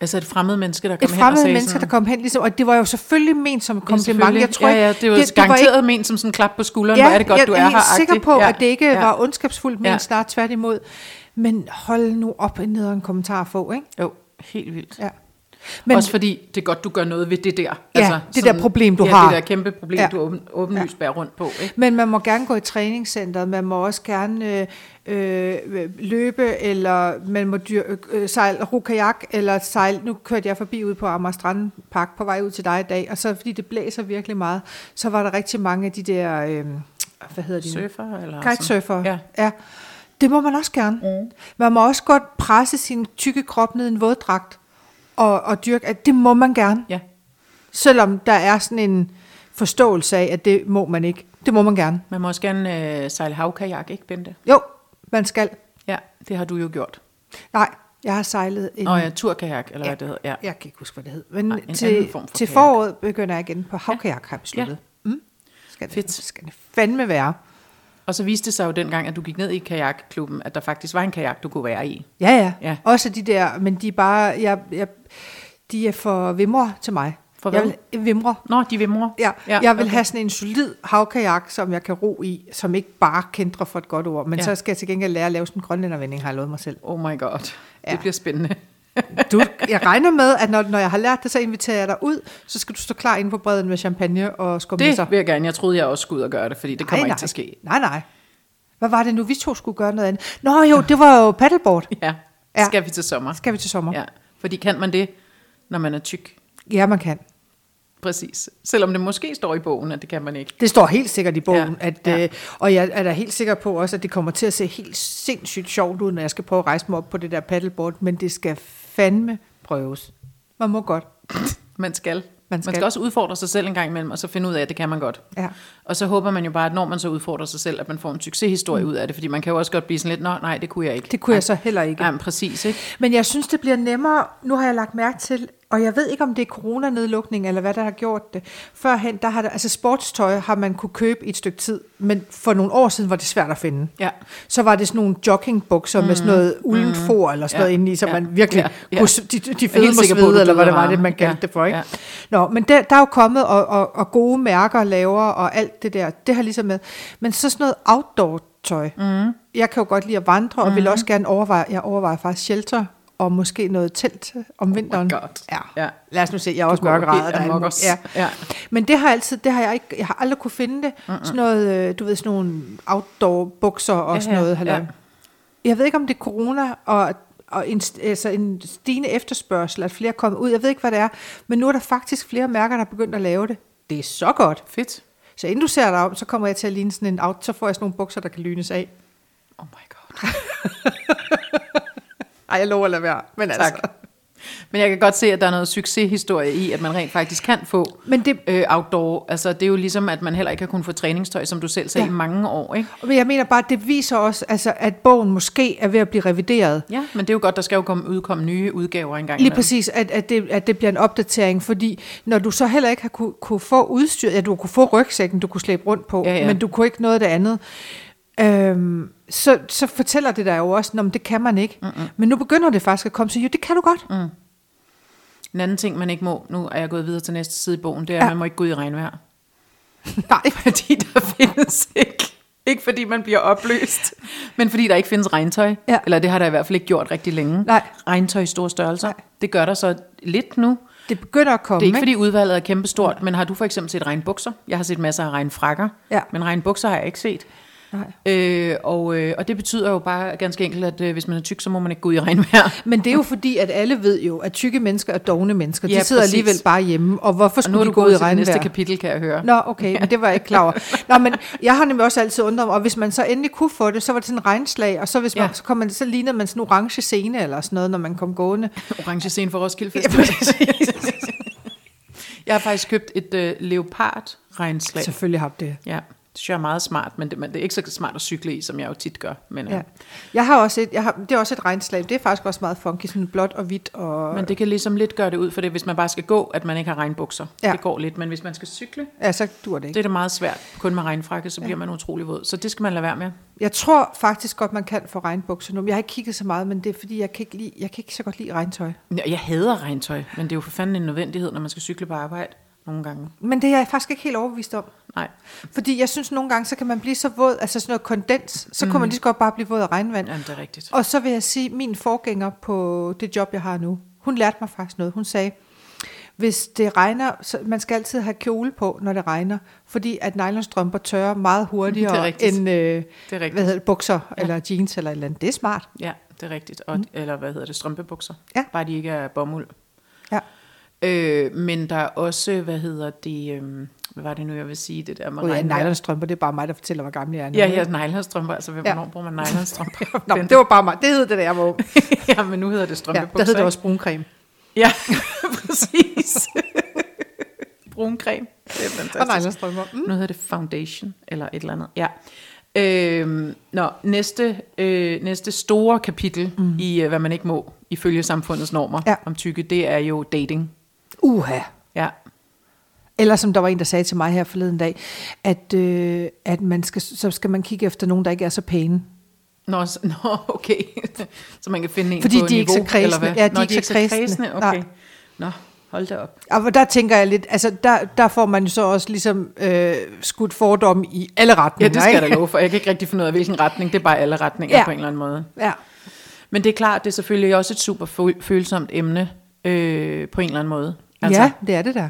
Altså et fremmed menneske, der et kom hen og fremmed sagde menneske, der sådan, kom hen, ligesom, og det var jo selvfølgelig ment som et kompliment. "Selvfølgelig." Jeg tror, ja, ja, ikke- det var det, garanteret var ikke... ment som sådan en klap på skulderen. Ja, hvor er det godt, jeg du er er her. helt sikker agtigt. på, ja, at det ikke ja. var ondskabsfuldt, men Ja. ja. snart tværtimod. Men hold nu op en nederen kommentar at få, ikke? Jo, helt vildt. Ja. Men, Men Også fordi det er godt, du gør noget ved det der. Altså, Ja, det der problem, du ja, har. det der kæmpe problem, ja. Ja. du åben, åbenlyst ja. bærer rundt på. Ikke? Men man må gerne gå i træningscenteret, man må også gerne øh, øh, løbe, eller man må dyr, øh, sejle rukajak, eller sejle, nu kørte jeg forbi ud på Amager Strand Park på vej ud til dig i dag, og så fordi det blæser virkelig meget, så var der rigtig mange af de der, øh, hvad hedder de nu? Surfer eller sådan. Kitesurfer. altså. Ja. ja. Det må man også gerne. Mm. Man må også godt presse sin tykke krop ned i en våddragt og, og dyrke. at Det må man gerne. Ja, Selvom der er sådan en forståelse af, at det må man ikke. Det må man gerne. man må også gerne øh, sejle havkajak, ikke Bente? Jo, man skal. Ja, det har du jo gjort. Nej, jeg har sejlet en... Nå ja, turkajak, eller ja. hvad det hedder. Ja. ja. Jeg kan ikke huske, hvad det hed. Men Nej, en anden til, form for til kajak. foråret begynder jeg igen på havkajak, har jeg besluttet. Ja. Mm? Skal, det, Fedt. skal det fandme være. Og så viste det sig jo dengang, at du gik ned i kajakklubben, at der faktisk var en kajak, du kunne være i. Ja, ja, Ja. ja. Også de der, men de er bare... Jeg, jeg, de er for vimre til mig. For jeg hvad? vil, øh, vimre. Nå, de vil mor. Ja, ja, jeg vil okay. have sådan en solid havkajak, som jeg kan ro i, som ikke bare kendrer for et godt ord, men Ja. ja. så skal jeg til gengæld lære at lave sådan en grønlændervending, har jeg lovet mig selv. Oh my god, ja. Ja. det bliver spændende. Du, jeg regner med, at når, når jeg har lært det, så inviterer jeg dig ud, så skal du stå klar inde på bredden med champagne og skummisser. Det vil jeg gerne. Jeg troede, jeg også skulle ud og gøre det, fordi det kommer nej. ikke til at ske. Nej, nej. Hvad var det nu, vi to skulle gøre noget andet? Nå jo, det var jo paddleboard. Ja, Ja. skal vi til sommer. Skal vi til sommer? Ja, Ja, fordi kan man det, når man er tyk? ja man kan. Præcis. Selvom det måske står i bogen, at det kan man ikke. Det står helt sikkert i bogen, Ja, ja, at, ja. ja. Øh, og jeg er da helt sikker på også, at det kommer til at se helt sindssygt sjovt ud, når jeg skal prøve at rejse mig op på det der paddleboard, men det skal fandme prøves. Man må godt. Man skal. Man skal. man skal. skal også udfordre sig selv en gang imellem, og så finde ud af, at det kan man godt. Ja. Og så håber man jo bare, at når man så udfordrer sig selv, at man får en succeshistorie mm. ud af det, fordi man kan jo også godt blive sådan lidt, nej, nej, det kunne jeg ikke. Det kunne jeg så heller ikke. Ja, men præcis, ikke? Men jeg synes, det bliver nemmere. Nu har jeg lagt mærke til, og jeg ved ikke, om det er coronanedlukning, eller hvad der har gjort det. Førhen, der har der, altså sportstøj har man kunne købe i et stykke tid, men for nogle år siden var det svært at finde. Ja. Så var det sådan nogle joggingbukser mm, med sådan noget uldent mm, for Mhm. ja, eller sådan ja, noget inde i, så ja, ja, man virkelig ja, ja, ja. ja. kunne, s- de, de Jeg er fede helt må sikker på, at du svede, eller hvad døde det var, varme. det man kaldte Ja, det for, ikke? ja. Ja. Nå, men der, der er jo kommet, og, og, og gode mærker laver, og alt det der, det har ligesom med. Men så sådan noget outdoor-tøj. Mm. Jeg kan jo godt lide at vandre, og mm. vil også gerne overveje, jeg overvejer faktisk shelter, og måske noget telt om vinteren. God. Ja. Ja. ja. Oh Lad os nu se, jeg er også går mørkeret. helt og der er alt amok os. muligt. Ja. Ja. Men det har, altid, det har jeg ikke, jeg har aldrig kunne finde det. Mm-mm. Sådan noget, øh, du ved, sådan nogle outdoor bukser og Ja, ja, sådan ja, noget. Halløj. ja. Ja. Jeg ved ikke, om det er corona og, og en, altså en stigende efterspørgsel, at flere kommer ud. Jeg ved ikke, hvad det er. Men nu er der faktisk flere mærker, der er begyndt at lave det. Det er så godt. Fedt. Så inden du ser dig om, så kommer jeg til at ligne sådan en out, så får jeg sådan nogle bukser, der kan lynes af. Oh my god. Ej, Ej, jeg lover at lade være. Men altså. Tak. Men jeg kan godt se, at der er noget succeshistorie i, at man rent faktisk kan få Men det- øh, outdoor. Altså, det er jo ligesom, at man heller ikke har kunnet få træningstøj, som du selv sagde, Ja. ja. i mange år. Ikke? Men jeg mener bare, at det viser også, altså, at bogen måske er ved at blive revideret. Ja, men det er jo godt, der skal jo komme, udkomme nye udgaver engang. Lige imellem. præcis, at, at, det, at det bliver en opdatering, fordi når du så heller ikke har kunne, kunne få udstyr, ja, du kunne få rygsækken, du kunne slæbe rundt på, Ja, ja. men du kunne ikke noget af det andet, øhm, så, så fortæller det dig jo også, at det kan man ikke. Mm-mm. Men nu begynder det faktisk at komme, så jo, det kan du godt. Mm. En anden ting, man ikke må, nu er jeg gået videre til næste side i bogen, det er, at Ja. man må ikke gå ud i regnvejr. Nej, Fordi der findes ikke. Ikke fordi man bliver opløst, men fordi der ikke findes regntøj. Ja. Eller det har der i hvert fald ikke gjort rigtig længe. Nej. Regntøj i store størrelser. Nej. Det gør der så lidt nu. det begynder at komme. Det er ikke, ikke? fordi udvalget er kæmpestort, men har du for eksempel set regnbukser? Jeg har set masser af regnfrakker, Ja. men regnbukser har jeg ikke set. Nej. Øh, og, øh, og det betyder jo bare ganske enkelt, at øh, hvis man er tyk, så må man ikke gå ud i regnvejr. Men det er jo fordi, at alle ved jo, at tykke mennesker er dogne mennesker. De Ja, sidder præcis. alligevel bare hjemme, og hvorfor Og nu skulle er de du gå ud gået i til det næste regnvejr? kapitel, kan jeg høre. Nå, okay, men det var jeg ikke klar over. Nå, men jeg har nemlig også altid undret mig, og hvis man så endelig kunne få det, så var det sådan en regnslag, og så, hvis man, Ja. så, kom man, så lignede man sådan en orange scene eller sådan noget, når man kom gående. Orange scene for Roskilde Ja, Festival. jeg har faktisk købt et øh, leopard-regnslag. Selvfølgelig har det. Ja, det synes jeg er meget smart, men det, men det er ikke så smart at cykle i, som jeg jo tit gør. Men, øh, ja. Ja. Jeg har også et, jeg har, det er også et regnslag, det er faktisk også meget funky, sådan blåt og hvidt. Og, men det kan ligesom lidt gøre det ud for det, hvis man bare skal gå, at man ikke har regnbukser. Ja. Ja. Det går lidt, men hvis man skal cykle, ja, så dur det ikke. det er det meget svært. Kun med regnfrakke, så bliver man utrolig våd. Så det skal man lade være med. Jeg tror faktisk godt, man kan få regnbukser nu. Jeg har ikke kigget så meget, men det er fordi, jeg kan ikke, lide, jeg kan ikke så godt lide regntøj. Nå, Jeg hader regntøj, men det er jo for fanden en nødvendighed, når man skal cykle på arbejde nogle gange. Men det er jeg faktisk ikke helt overbevist om. Nej. Fordi jeg synes nogle gange, så kan man blive så våd, altså sådan noget kondens, så mm. kunne man lige så godt bare blive våd af regnvand. Jamen, det er rigtigt. Og så vil jeg sige, min forgænger på det job, jeg har nu, hun lærte mig faktisk noget. Hun sagde, hvis det regner, så man skal altid have kjole på, når det regner, fordi at nylonstrømper tørrer meget hurtigere rigtigt. end øh, Det er hvad rigtigt. hedder det, bukser ja. eller jeans eller et eller andet. Det er smart. Ja, det er rigtigt. Og, mm. Eller hvad hedder det? Strømpebukser. Ja. Bare de ikke er bomuld. Ja. Øh, men der er også, hvad hedder det, øh, hvad var det nu, jeg vil sige, det der med Og ja, regnvejr? nylonstrømper, det er bare mig, der fortæller, hvor gammel jeg er nu. Ja, ja, nylonstrømper. Altså, hvem- Ja. hvornår bruger man nylonstrømper? Nå, men det var bare mig. Det hed det, da jeg var ung. ja, men nu hedder det Ja, strømpebukser. der hed det ikke? også bruncreme. Ja, præcis. Brun creme. Det er fantastisk. Og nylonstrømper. Mm. Nu hedder det foundation, eller et eller andet. Ja. Øhm, nå, næste, øh, næste store kapitel mm. i, øh, hvad man ikke må, ifølge samfundets normer Ja. om tykke, det er jo dating. Uha. Ja, Eller som der var en, der sagde til mig her forleden dag, at, øh, at man skal, så skal man kigge efter nogen, der ikke er så pæne. Nå, s- nå, okay. så man kan finde en Fordi på de er ikke niveau, så kredsne. Eller hvad? Ja, de nå, er ikke så kredsne. Okay. Nej. Nå, hold da op. Og der tænker jeg lidt, altså der, der får man jo så også ligesom øh, skudt fordom i alle Ja, retninger. det skal jeg da ikke? love for. Jeg kan ikke rigtig finde ud af, hvilken retning. Det er bare alle retninger Ja. ja. på en eller anden måde. Ja. Men det er klart, det er selvfølgelig også et super føl- følsomt emne øh, på en eller anden måde. Altså. ja, det er det der.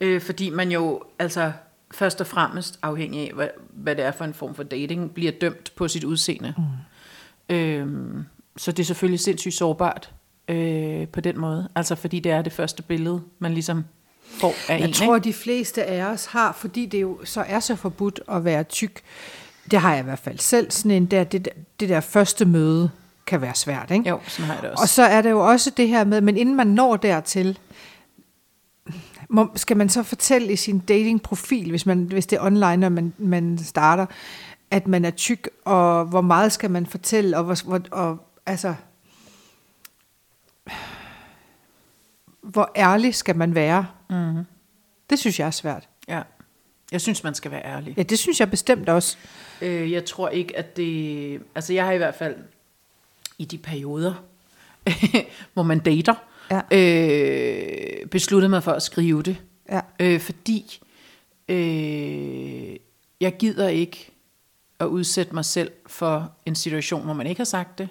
Øh, fordi man jo altså først og fremmest afhængig af, hvad, hvad det er for en form for dating, bliver dømt på sit udseende. Mm. Øh, så det er selvfølgelig sindssygt sårbart øh, på den måde. Altså fordi det er det første billede, man ligesom får af en. Jeg tror, ikke? de fleste af os har, fordi det jo så er så forbudt at være tyk. Det har jeg i hvert fald selv sådan en der, det, der- det der første møde kan være svært, ikke? Jo, sådan har jeg det også. Og så er det jo også det her med, men inden man når dertil, må, skal man så fortælle i sin datingprofil, hvis, man, hvis det er online, og man, man starter, at man er tyk, og hvor meget skal man fortælle, og, hvor, hvor, og altså, hvor ærlig skal man være? Mm-hmm. Det synes jeg er svært. Ja. Jeg synes, man skal være ærlig. Ja, det synes jeg bestemt også. Øh, jeg tror ikke, at det... Altså, jeg har i hvert fald i de perioder, hvor man dater, Ja. øh, besluttet mig for at skrive det. Ja. Øh, fordi øh, jeg gider ikke at udsætte mig selv for en situation, hvor man ikke har sagt det,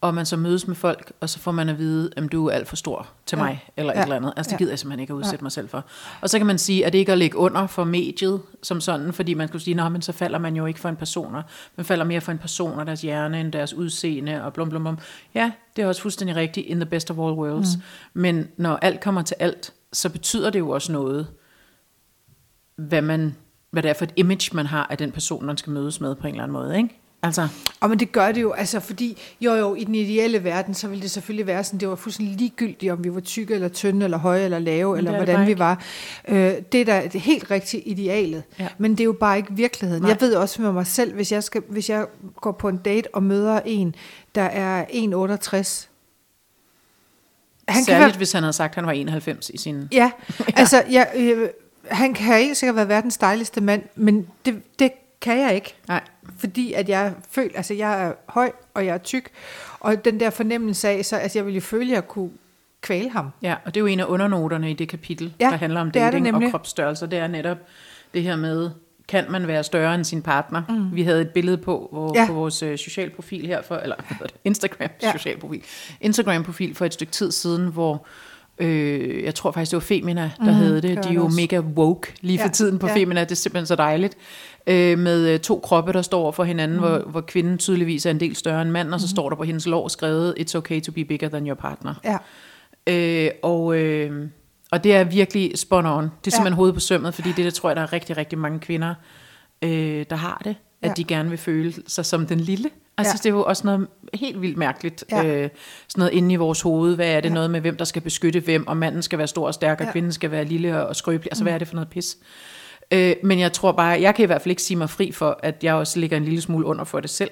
og man så mødes med folk, og så får man at vide, at du er alt for stor til Ja. mig, eller Ja. et eller andet. Altså, Ja. det gider jeg simpelthen ikke at udsætte mig selv for. Og så kan man sige, at det ikke er at ligge under for mediet som sådan, fordi man skulle sige, nej, men så falder man jo ikke for en personer. Man falder mere for en person og deres hjerne end deres udseende og blum blum blum. Ja, det er også fuldstændig rigtigt, in the best of all worlds. Mm. Men når alt kommer til alt, så betyder det jo også noget, hvad, man, hvad det er for et image, man har af den person, man skal mødes med på en eller anden måde. Ikke? Altså, Og men det gør det jo, altså fordi, jo jo, i den ideelle verden, så ville det selvfølgelig være sådan, det var fuldstændig ligegyldigt, om vi var tykke eller tynde, eller høje eller lave, eller det er det hvordan bare vi ikke. var. Øh, det er da det er helt rigtigt idealet, Ja. men det er jo bare ikke virkeligheden. Nej. Jeg ved også med mig selv, hvis jeg, skal, hvis jeg går på en date og møder en, der er 1,68. han Han kan særligt være, kan... hvis han havde sagt, at han var 91 i sin... ja, altså, jeg, øh, han kan ikke sikkert være verdens dejligste mand, men det, det kan jeg ikke Nej, fordi at jeg føler, altså jeg er høj, og jeg er tyk, og den der fornemmelse af, så altså jeg ville jo føle, at jeg kunne kvæle ham. Ja, og det er jo en af undernoterne i det kapitel, Ja, ja, der handler om det er det dating det nemlig. og kropsstørrelse. Det er netop det her med, kan man være større end sin partner? Mm. Vi havde et billede på, hvor, Ja. ja. på vores øh, social profil her for, eller hvad hedder det, Instagram Ja. ja. social profil, Instagram profil for et stykke tid siden, hvor øh, jeg tror faktisk det var Femina, der mm, havde det. De er var Mhm, det jo også. mega woke lige for Ja, ja, tiden på ja. ja. Femina, det er simpelthen så dejligt. Øh, med øh, to kroppe, der står over for hinanden, Mhm. mm. hvor, hvor kvinden tydeligvis er en del større end mand, og så mm. står der på hendes lår skrevet, it's okay to be bigger than your partner. Ja. Øh, og, øh, og det er virkelig spot on. Det er Ja. simpelthen hovedet på sømmet, fordi det der tror jeg, der er rigtig, rigtig mange kvinder, øh, der har det. At Ja. ja. de gerne vil føle sig som den lille. Jeg Ja. synes, det er jo også noget helt vildt mærkeligt. Ja. Ja. Øh, sådan noget inde i vores hoved. Hvad er det ja. noget med, hvem der skal beskytte hvem, og manden skal være stor og stærk, og Ja. Mm. ja. kvinden skal være lille og skrøbelig. Altså, hvad er det for noget pis? Øh, men jeg tror bare, jeg kan i hvert fald ikke sige mig fri for, at jeg også ligger en lille smule under for det selv.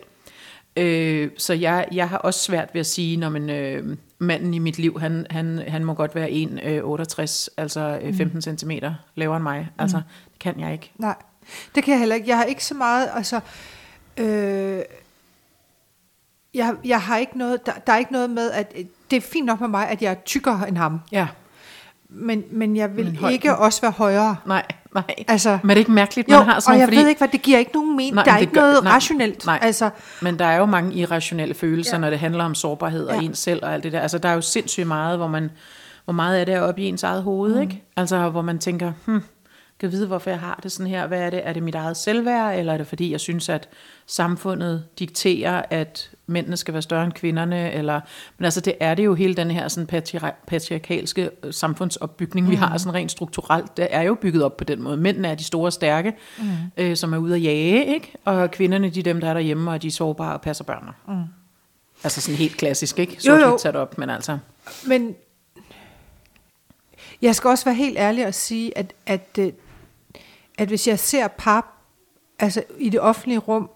Øh, så jeg, jeg har også svært ved at sige, når man, øh, manden i mit liv, han, han, han må godt være 1,68, altså øh, 15 mm. cm lavere end mig. Mm. Altså, det kan jeg ikke. Nej, det kan jeg heller ikke. Jeg har ikke så meget, altså, øh, jeg, jeg har ikke noget, der, der er ikke noget med, at øh, det er fint nok med mig, at jeg er tykkere end ham, Ja, men, men jeg vil Men men højden. ikke også være højere. nej, nej. Altså, Men er det ikke mærkeligt, jo, man har sådan og nogle, jeg fordi, ved ikke, hvad det giver ikke nogen mening. Nej, der er men det ikke gør- noget nej, rationelt. nej. Altså, Men der er jo mange irrationelle følelser, Ja. ja. når det handler om sårbarhed Ja. og en selv og alt det der. Altså, der er jo sindssygt meget, hvor man, hvor meget er det oppe i ens eget hoved, mm. ikke? Altså, hvor man tænker, hmm, kan jeg vide, hvorfor jeg har det sådan her? Hvad er det? Er det mit eget selvværd, eller er det fordi, jeg synes, at samfundet dikterer, at mændene skal være større end kvinderne, eller... Men altså, det er det jo hele den her sådan patriar- patriarkalske øh, samfundsopbygning, mm. vi har sådan rent strukturelt. Det er jo bygget op på den måde. Mændene er de store stærke, mm. øh, som er ude at jage, ikke? Og kvinderne, de er dem, der er derhjemme, og de er sårbare og passer børnene. Mm. Altså sådan helt klassisk, ikke? Så Jo, jo, jo. jo. sat op, men altså... Men jeg skal også være helt ærlig og sige, at, at, øh, at hvis jeg ser par altså i det offentlige rum,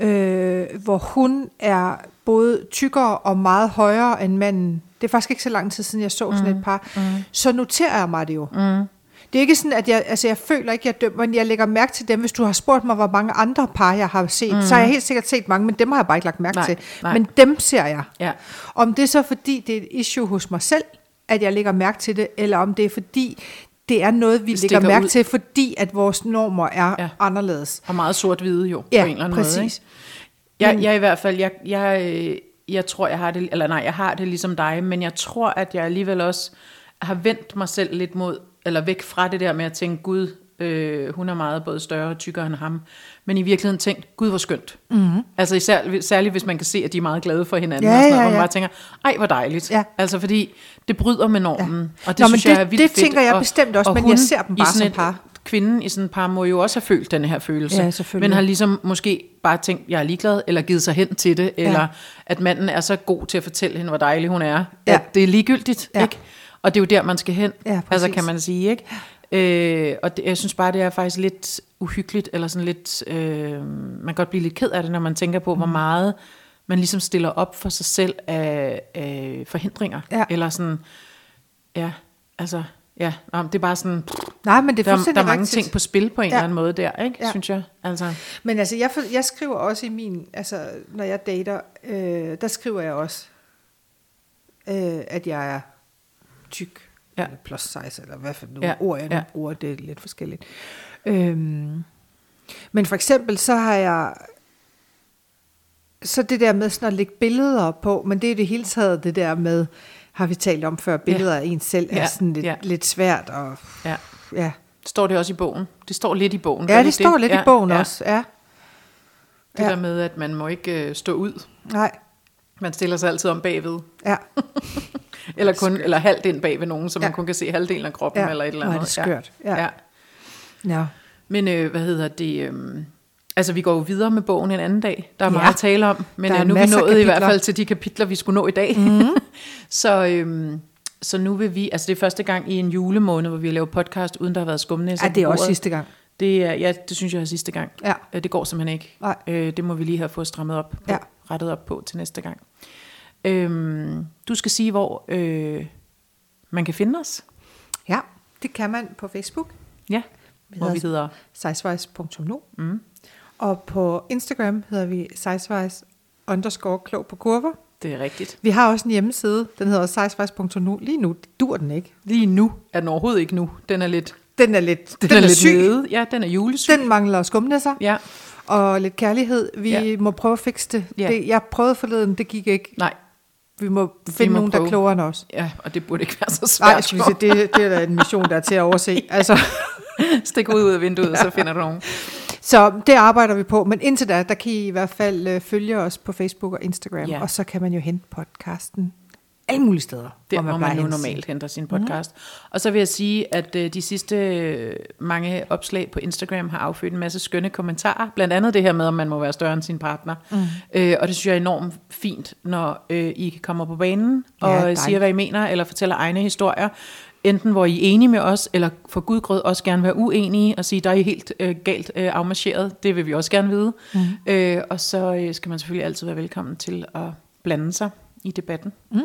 øh, hvor hun er både tykkere og meget højere end manden, det er faktisk ikke så lang tid siden, jeg så sådan et par, mm. så noterer jeg mig det jo. Mm. Det er ikke sådan, at jeg, altså jeg føler ikke, jeg dømmer, men jeg lægger mærke til dem. Hvis du har spurgt mig, hvor mange andre par jeg har set, mm. så har jeg helt sikkert set mange, men dem har jeg bare ikke lagt mærke Nej, til. nej. Men dem ser jeg. Ja. Om det er så fordi, det er et issue hos mig selv, at jeg lægger mærke til det, eller om det er fordi, det er noget, vi Det lægger stikker mærke ud. ud. til, fordi at vores normer er ja. Ja. anderledes. Og meget sort-hvide jo, Ja, på en eller anden måde. præcis. Ikke? Jeg, jeg i hvert fald, jeg, jeg, øh, jeg tror, jeg har det, eller nej, jeg har det ligesom dig, men jeg tror, at jeg alligevel også har vendt mig selv lidt mod, eller væk fra det der med at tænke, gud, øh, hun er meget både større og tykkere end ham, men i virkeligheden tænkt, gud, hvor skønt. Mm-hmm. Altså især, særligt, hvis man kan se, at de er meget glade for hinanden, Mhm. Ja, og sådan ja, noget, hvor man ja. bare tænker, ej, hvor dejligt. Ja. Altså fordi, det bryder med normen, ja. og det Nå, Nå, men synes jeg det- er vildt det fedt. tænker jeg og, bestemt også, og men jeg hun ser dem i bare sådan som et- par. Kvinden i sådan et par må jo også have følt den her følelse, Ja, selvfølgelig. men har ligesom måske bare tænkt, jeg er ligeglad, eller givet sig hen til det, eller at manden er så god til at fortælle hende, hvor dejlig hun er. Ja. Ja. At det er ligegyldigt, Ja. ja. ikke? Og det er jo der, man skal hen, Ja, altså præcis. kan man sige, ikke? Øh, og det, jeg synes bare, det er faktisk lidt uhyggeligt, eller sådan lidt, øh, man kan godt blive lidt ked af det, når man tænker Mm. på, hvor meget man ligesom stiller op for sig selv af, af forhindringer, Ja. eller sådan, ja, altså, ja, Nå, men det er bare sådan, Nej, men det er der, der fuldstændig er mange rigtigt. ting på spil på en Ja. eller anden måde der, ikke? Ja. Ja. Synes jeg, altså. Men altså, jeg, for- jeg skriver også i min, altså når jeg dater, øh, der skriver jeg også, øh, at jeg er tyk, Ja. eller plus size, eller hvad for nu ja. Ja, ord jeg nu ja. bruger, det er lidt forskelligt. Øhm, men for eksempel, så har jeg, så det der med sådan at lægge billeder på, men det er i det hele taget det der med, har vi talt om før, billeder af en selv er Ja, sådan lidt, ja. lidt svært, og Ja. ja, Står det også i bogen? Det står lidt i bogen. gør ja det står lidt i bogen ja. også, ja. Det Ja. der med, at man må ikke øh, stå ud. Nej, Man stiller sig altid om bagved. ja. Eller, kun, eller halvt ind bag ved nogen, så man Ja. kun kan se halvdelen af kroppen Ja, eller et eller hvor er andet. det skørt. Ja. Ja. ja. Ja. Men øh, hvad hedder det? Øh, Altså, vi går jo videre med bogen en anden dag. Der er Ja. meget at tale om, men Der er øh, nu er vi masser af nået i hvert kapitler. Mhm. fald til de kapitler, vi skulle nå i dag. Mm. så, øhm, så nu vil vi, altså det er første gang i en julemåned, hvor vi laver podcast, uden der har været skumnæsser Ja, det er på også bordet. sidste gang. Det er, ja, det synes jeg er sidste gang. Ja. Øh, Det går simpelthen ikke. Nej. Øh, Det må vi lige have fået strammet op på, Ja. ja. rettet op på til næste gang. Øhm, du skal sige, hvor øh, man kan finde os. Ja, det kan man på Facebook, Ja, Vi hvor hedder- vi hedder sizewise.nu. Mm. Og på Instagram hedder vi sizewise underscore klog på kurver. Det er rigtigt. Vi har også en hjemmeside, den hedder også sizewise.nu. Lige nu dur den ikke. Lige nu er den overhovedet ikke nu. Den er lidt, Den er lidt, den, den er lidt syg. nede. Ja, den er julesyg. Den mangler skumnæsser. Ja, Og lidt kærlighed. Vi Ja. må prøve at fikse det. Ja. det. Jeg prøvede forleden, det gik ikke. nej. Vi må finde må nogen, der er prøve. klogere end os. Ja, og det burde ikke være så svært. Nej, jeg skulle sige, det, det er da en mission, der er til at overse. Altså, Stik ud af vinduet, og så finder du nogen. så det arbejder vi på. Men indtil da, der kan I i hvert fald øh, følge os på Facebook og Instagram. Ja. Ja. Og så kan man jo hente podcasten alle mulige steder. Der, hvor plejer man nu at Mhm. hente sin. normalt henter sin podcast. Mm. Og så vil jeg sige, at øh, de sidste øh, mange opslag på Instagram har affødt en masse skønne kommentarer. Blandt andet det her med, om man må være større end sin partner. Mm. Øh, og det synes jeg er enormt fint, når øh, I kommer på banen Ja, og dejligt. øh, siger, hvad I mener, eller fortæller egne historier. Enten hvor I er enige med os, eller for gud grød også gerne være uenige og sige, der er I helt øh, galt øh, afmarcheret. Det vil vi også gerne vide. Mm. Øh, og så øh, skal man selvfølgelig altid være velkommen til at blande sig i debatten. Mm.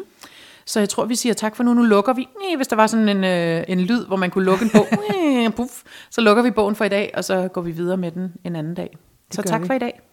Så jeg tror, vi siger tak for nu. Nu lukker vi. Næh, Hvis der var sådan en, øh, en lyd, hvor man kunne lukke en bog, Næh, puff, så lukker vi bogen for i dag, og så går vi videre med den en anden dag. så gør tak vi. for i dag.